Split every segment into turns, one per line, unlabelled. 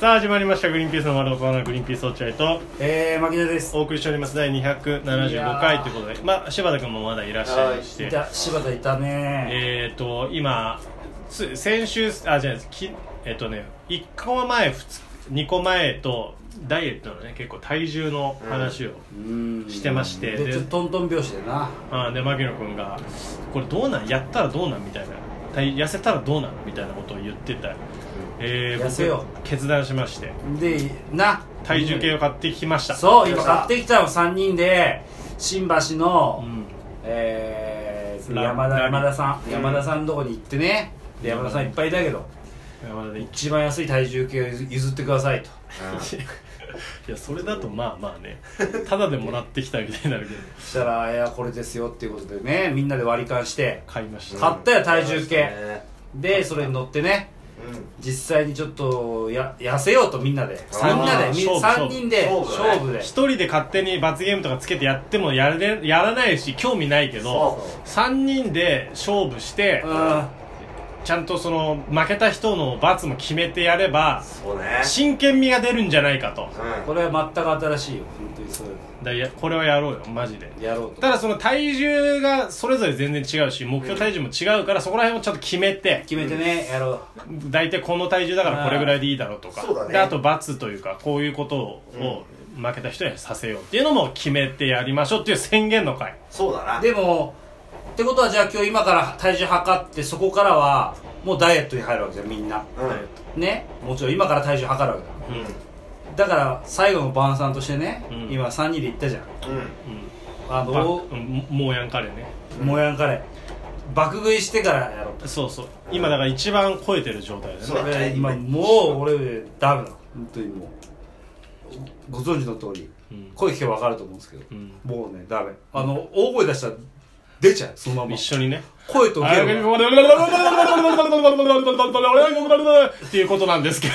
さあ始まりました「グリーンピースの丸のコーナーグリーンピース落合」と
えー、牧野です。
お送りしております第275回ということでまあ柴田君もまだいらっしゃいまし
い
て
た、柴田いたね
えっ、ー、と今つ先週あじゃあきえっ、とね1個前2個前とダイエットのね結構体重の話を、
うん
してまして
で、
で
ちょっとトントン拍子でな。
あーで牧野君が「これどうなんやったらどうなん?」みたいな「体痩せたらどうなの?」みたいなことを言ってた、えー、
痩せよう
僕決断しまして
で、な。
体重計を買ってきました、
そう、今買ってきたの3人で、新橋の、
うん
えー、
ラ
山田、
ラ
山田さん、
うん
山田さんのとこに行ってね。で、山田さんいっぱいいたけど、
山田で
一番安い体重計を譲譲ってくださいと。
いやそれだとまあまあねただでもらってきたみたいになるけど
そしたら、いや、これですよっていうことでね、みんなで割り勘して、
買いました
買ったよ、体重計。
ね
で、それに乗ってね。実際にちょっとや痩せようとみんなで
あー
みんなでみ
勝負
3人で
勝負
勝負で
一人で勝手に罰ゲームとかつけてやってもやれやらないし興味ないけど
そう
3人で勝負して
うん
ちゃんとその負けた人の罰も決めてやれば
そうね
真剣味が出るんじゃないかと
これは全く新しいよ本当にそういう
だいやこれはやろうよマジで
のやろうと
ただその体重がそれぞれ全然違うし目標体重も違うからそこら辺をちゃんと決めて
決めてねやろ
大体この体重だからこれぐらいでいいだろうとか
そうだね
であと罰というかこういうことを、負けた人にはさせようっていうのも決めてやりましょうっていう宣言の回
そうだ
う
な
でもってことはじゃあ今日今から体重測ってそこからはもうダイエットに入るわけじゃんみんな
うん
ねもちろん今から体重測るわけ
うんうん
だだから最後の晩餐としてね、
うん
今3人で行ったじゃん
うん
バ
あの
ッうんモーヤンカレーね
もやんカレー爆食いしてからやろう
そうそう今だから一番超えてる状態だ
そう
ね
だね
今もう俺ダメだ本当にもうご存知の通り、
うん
声聞けば分かると思うんですけど、
うん
もうねダメあの大声出したら出ちゃうそのまま
一緒にね
声とゲ
あ
ーム
っていうことなんですけど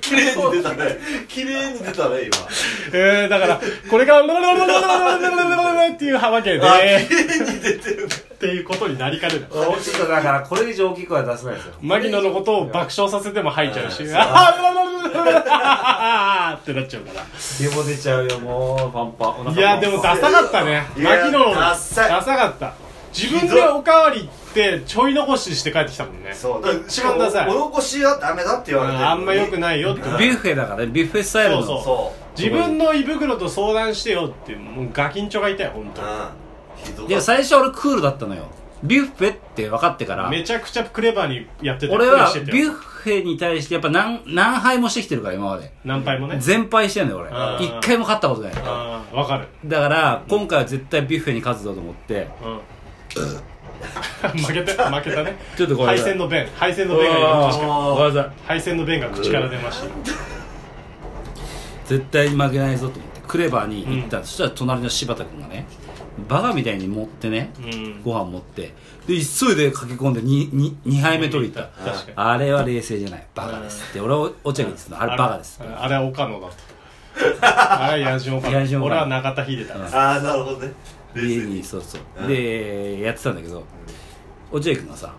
綺麗に出たね綺麗に出たね
えー、だから これがっていう幅けで
今あ綺麗に出てる
っていうことになりかねない
ちょっとだからこれ以上大きい声は出せないですよ
マギノのことを爆笑させても吐いちゃうし、あーってなっちゃうから。
でも出ちゃうよもうパンパンお腹
いや、でもダサかったね。
いや
マギノの、ダ
ダ
サ
サい
かった。自分でおかわりってちょい残しして帰ってきたもんね。
そう
一番ダサい。
お残しはダメだって言
うん
われてる
あんま良く
い
ないよって。
ビュッフェだからねビュッフェスタイルの
そう
そう
自分の胃袋と相談してよって、もうガキンチョがいたよ、ほんと。
うんひど
で
かった
最初俺クールだったのよビュッフェって分かってから
めちゃくちゃクレバーにやってて、
俺
プレ
は
イしてた
ビュ
よ
ッフェに対してやっぱ何何杯もしてきてるから今まで
何杯もね。
全敗してんだよ俺
あー
一回も勝ったことない
あーわかる。
だから今回は絶対ビュッフェに勝つぞと思って
うん。負け た、負けたね。
ちょっとごめ
敗
んなさい
戦の弁、敗戦の弁が今確かに。
ごめんなさい
配線の弁が口から出ました
絶対負けないぞと思ってクレバーに行った、そしたら隣の柴田君がねバカみたいに持ってね、
ん
ご飯持ってで急いで駆け込んで 2, 2, 杯目取りに行った
確かに
あれは冷静じゃないバカですって俺はお茶に言ってたのあれバカですって
あれは岡 野だとあれは矢島岡
矢島
野
岡
俺
野
は中田秀太だ
ああなるほどね
家にそうそうでやってたんだけど落合君がさ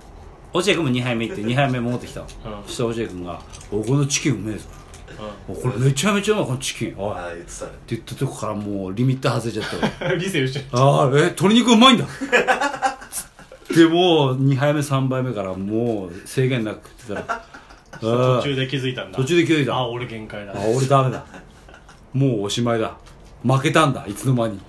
落合君も2杯目行って2杯目戻ってきたの、
ん
そしたら落合君が「おこのチキンうめえぞ」おこれめちゃめちゃうまいこのチキンおい
ああ言ってたね
って言ったとこからもうリミッター外れちゃった俺
理性失っ
ああえ鶏肉うまいんだでもう2杯目3杯目からもう制限なく食ってたらああ
途中で気づいたんだ
途中で気づいた
あ
あ
俺限界だ
俺ダメだもうおしまいだ負けたんだいつの間に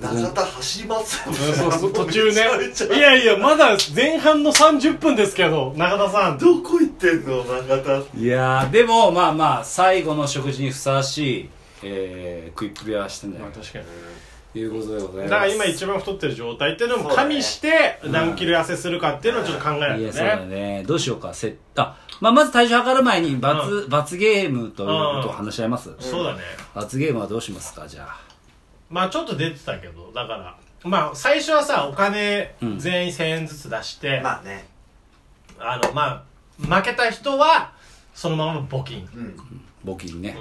中田走ります
そう そう途中ね
めちゃめ
い
ちゃ
やいやまだ前半の30分ですけど中田さん
どこ行ってんの中田
いやーでもまあまあ最後の食事にふさわしい、えー、食いっぷりはしてんだよ
まあ確かに
ということでございます
だから今一番太ってる状態っていうのも
そうだ
加
ね
味して何キロ痩せするかっていうのをちょっと考えない
い
と
やそうだ
ね
ねどうしようかせあ、まあ、まず体重測る前に罰,、罰ゲームということを話し合います、
そうだね
罰ゲームはどうしますかじゃあ
まあちょっと出てたけどだからまあ最初はさお金全員1000円ずつ出して
まあね
あのまあ負けた人はそのまま募金っ
うん
募金ね、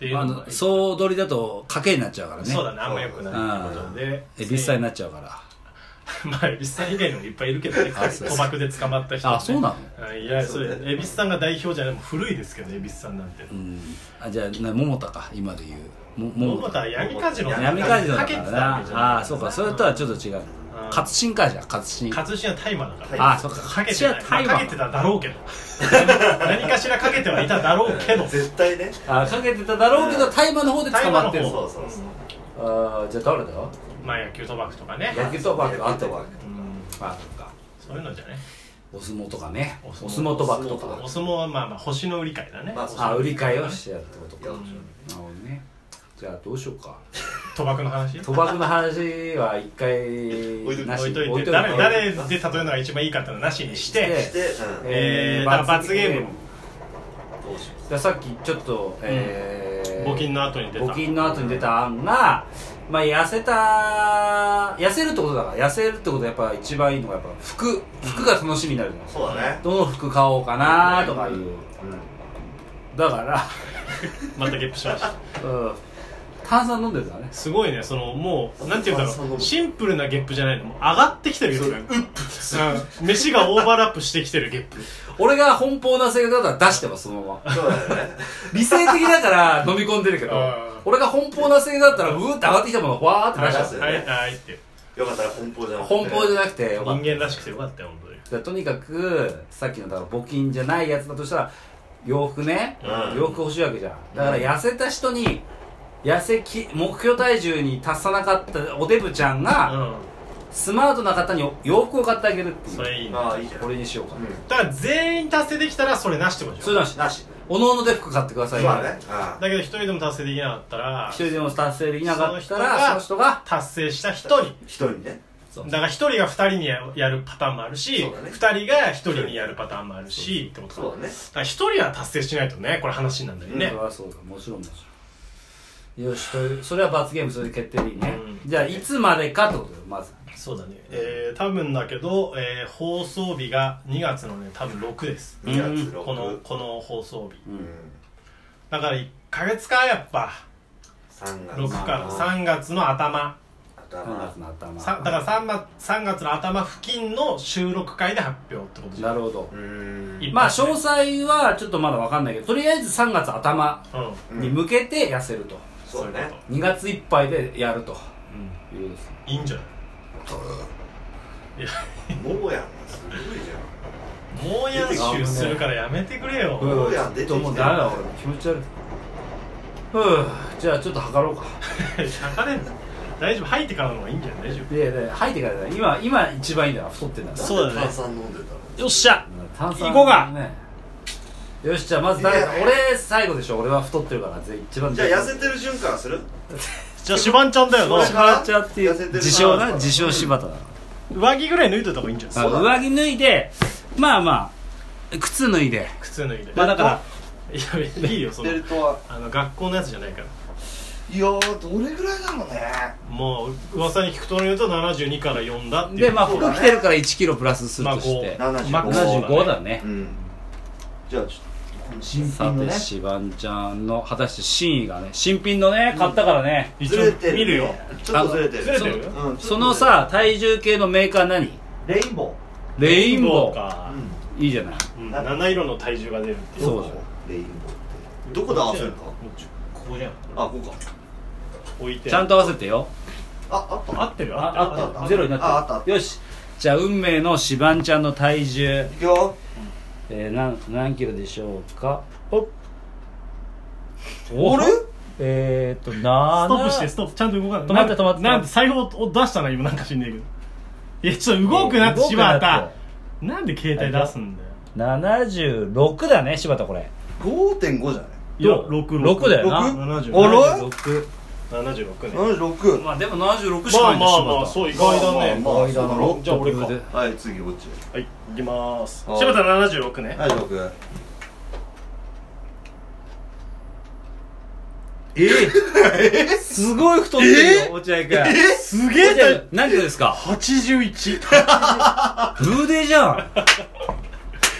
ていう
あ
のが
の総取りだと賭けになっちゃうからね
そうだねあんまよくないってことで
えびスタになっちゃうから
まあ、蛭子さん以外にもいっぱいいるけどね、
あそう
賭博で捕まった人、ね。
あそうな
のいや、それ、蛭子さんが代表じゃない、もう古いですけど、蛭子さんなんて。
うんあじゃあな桃田か今で言うも
桃
桃
田は闇カジノ
闇カジノだ
か
か
け
ら
てたわけじゃ
な
ない
ああそうかそれとはちょっと違う活進かじゃん活進
勝新は大麻だから。
ああそうか
かけ
活
て
進
な
はい大
まあかけて
麻
ただろうけど。何かしらかけてはいただろうけど。
絶対ね
あかけてただろうけど大麻の方で捕まってる
大麻の
そうそうそう
あーじゃあ誰だよ
まあ、野球賭博とかね。
野球賭博あとは
うん
あそっか
そういうのじゃね。
お相撲とかね
お
お
相撲
相撲賭博と
お相
か
お相撲はまあまあ、星の売り買いだね。
まあ
あ売り買いをしてやるってことか
いや
なるほどねじゃあどうしようか
賭博の話。
賭博の話は一回
置いとく
なし
置いと
置
いて、
いと
誰、誰で例えるのが一番いいかっていうのはなしにして、
で、うん、
えーだから罰ゲーム
どうしよ
じゃあさっきちょっと、えー
募金の後に出た。
募金の後に出た案が、まあ、痩せた痩せるってことだから痩せるってことはやっぱ一番いいのがやっぱ服服が楽しみになるじゃないで
う
すか
そうだね
どの服買おうかなとかいう、だから、
またゲップしました。
うん、炭酸飲んでるからね
すごいねそのもうなんていうんだ
そうそ
ろ
う
うシンプルなゲップじゃないのもう上がってきてるゲップだようん飯がオーバーラップしてきてるゲップ
俺が奔放な性格だったら出してますそのまま
そうだよね
理性的 だから飲み込んでるけど
あー
俺が奔放な性格だったらうーって上がってきたものをわーって出しちゃう
そう
はいはいって
よかったら奔放じゃん
奔放じゃなくてよ
人
かった
間らしくてよかったよ本
だからとにかくさっきのだから募金じゃないやつだとしたら洋服ね、
うん
洋服欲しいわけじゃんだから痩せた人に痩せき目標体重に達さなかったおデブちゃん
当に
が、
うん
スマートな方に洋服を買ってあげるっていう
それいいね
まあいいじゃん
これにしようか、
うん
だから全員達成できたらそれなしってことでし
そ
ょ
れなし
なし
おのおので服買ってくださいよ
まあねあ
だけど一人でも達成できなかったら
一人でも達成できなかった
そ
ら
の
そ
人
の人が
達成した人に
一人ね
そう
だから一人が二人にやるパターンもあるし
そうだね
二人が一人にやるパターンもあるしってことか
そう
だ
だね
から一人は達成しないとねこれ話になるんだよね
それはそうだもちろんもちろんよしというそれは罰ゲームそれで決定でいいね、
う
じゃあいつまでかってことよまず
そうだね、えー、多分だけど、えー放送日が2月のね多分6です
2月6
このこの放送日
うん
だから1ヶ月かやっぱ
3月
6から3月の頭
3
頭
月の頭
さだから 3, 月3月の頭付近の収録会で発表ってことじゃん
なるほど
う、ん
い
まあ詳細はちょっとまだわかんないけどとりあえず3月頭
うん
に向けて痩せると、
そうだね
2月いっぱいでやると
うん
いうことです
いいんじゃないいや
もうやんすごいじゃん
もうやん集するからやめてくれよ、
んうや
ちょっともうだめだ俺気持ち悪いふうじゃあちょっと測ろうか
測れんだ大丈夫入ってからの方がいいんじゃない大丈
いやいや吐いてからだね今今一番いいんだよ太ってんだから
そうだね
なんで炭酸飲んでたの
夫よっしゃ
炭酸、ね、
行こうか
よしじゃあまず誰か
いや
俺最後でしょ俺は太ってるからぜ一番
じゃあ痩せてる瞬間する
じゃあシバンちゃんだよ
な
変わっちゃうってい
痩せて
う
る
自称な自称柴田だ
上着ぐらい脱いといた方がいいんじゃない
そうだ
上着脱いでまあまあ靴脱いで
靴脱いで
まあだから
いやいいよその
ベルトは
あの学校のやつじゃないから
いやーどれぐらいだろうね
もう噂に聞くとによると72から4だっていう
でまあ
そう
服
だね
着てるから1キロプラスするとして、
まあ
75
75だね
うんじゃあちょっと新
さ
品の
て
ね
シバンちゃんの果たして真意がね新品のね買ったからね、
一
ずれ
応
てるね
見るよ
ちょっとずれてる
ずれてる
うん
そのさ体重計のメーカー何
レインボ
レインボー
か
ー、うん
いいじゃない
うん、7色の体重が出るっていう
そうだよ
レインボーってどこで合わせるの
ここじゃん
あこうか
置いて
ちゃん
と
と合わせてよ
ああった
合ってるよ合ってる
ああ
あ
っ
ったた
ゼロにな
ああ
っ
ってたあ
る
った
よしじゃあ運命のシバンちゃんの体重、
いくよ
えー、なん何キロでしょうかおっ
あれ
えーっと7
ストップしてストップちゃんと動かない
止まって止まって
なんで財布を出したな今なんか死んでいけどいやちょっと動くなって
動く
柴
なって
田なんで携帯出すんだよ
76だね柴田これ
5.5じゃない
いや
どう
6
6だよな
六
76
あら
76
76ね
76
まあでも76し
ま
か
あ
ない
ま
ね
あまあ
柴
そう意外だね
まあま
田
あまあ
じゃあ俺か
で
はい次こっち
はい行きます
あー
柴田76ね
はい6
えーすごい太ってるよ落合君
す
落合君何キロですか
81
ブーデーじゃん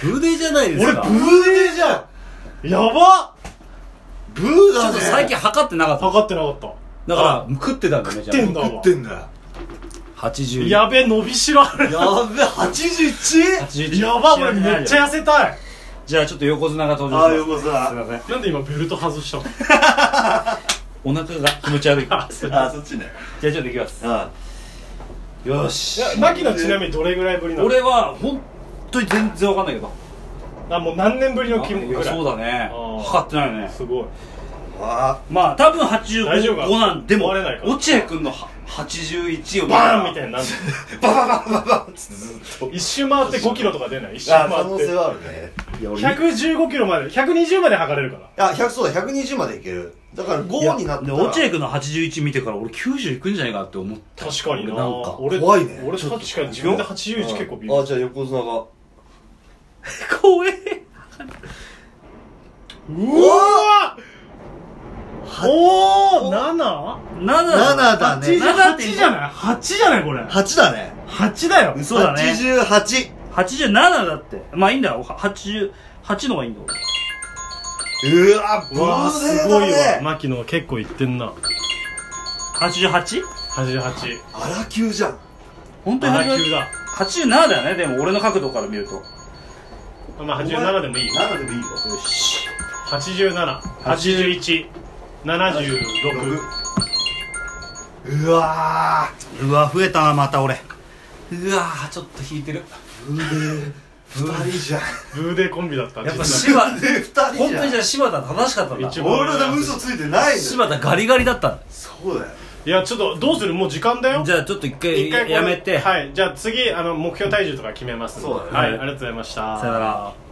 ブーデーじゃないです
俺
か
ブ
ブーデーじゃん
やばっ
ブー
ちょ
だ
っ
ね
と最近測ってなかった
測ってなかった
だから食ってたんだねじゃ
食ってん
あ
だ
食
わ
ってんだ
80
やべえ伸びしろある
やべ、81?
81
やば俺めっちゃ痩せたい
じゃあちょっと横綱が登
あ
場
あ、
し
よ
ま
こ
すすい
さ。
ません
なんで今ベルト外したの
お腹が気持ち悪いじゃ あ
あそう
あ、そっちね。
ちょっといきます
あ
よし
いや牧野ちなみにどれぐらいぶりなの
俺は本当に全然わかんないけど
あもう何年ぶりの気分
い
ぐら
や
い
そうだね
あー
測ってないね
すごい
あ。
まあ多分
大丈夫
85
か
なんでも
壊れないから
落合君のは81を
バーンみたい
な
になる
ババババババつってずっと。
一周回って5キロとか出ない一周
あ、
回
可
っ
能
て
性はあるね。いや、俺、
115キロまで120まで測れるから
あ、100、そうだ、120までいける。だから5になってたら。
落合君の81見てから俺90いくんじゃないかって思った
確かにな
なんか
俺
怖いね
俺確かに自分で81結構微
あ、
妙
じゃあ横綱が。うわ
怖え
うわおお 7?
7だ
7だね。
8じゃない ?8 じゃないこれ
8だね。
8だよ
嘘だね
88。
87だってまあいいんだよ88の方がいいんだよ
うわ、
うわー
ブル
す
ーだ
ごいわ
ね。
牧野結構いってんな
88?
88
荒級じゃん。
本当に
7級
88
だ
87だよねでも俺の角度から見るとよ
まあ87でもいいよ
7でもいいよ。
し
878176
うわ
うわ増えたなまた俺うわちょっと引いてる
ーうで二人じゃん
ブーデーコンビだった
やっぱ
実は
柴
うで二人
本当にじ
じ
ゃ
ゃ
あ
ん
柴田正しかったんだ
一番
俺ら嘘ついてないんだよ
柴田ガリガリだったん
そうだよ
いやちょっとどうするもう時間だよ
だじゃあちょっと一回
一回これ
やめて
はいじゃあ次あの目標体重とか決めますんで
そうだね
はいありがとうございました
さよなら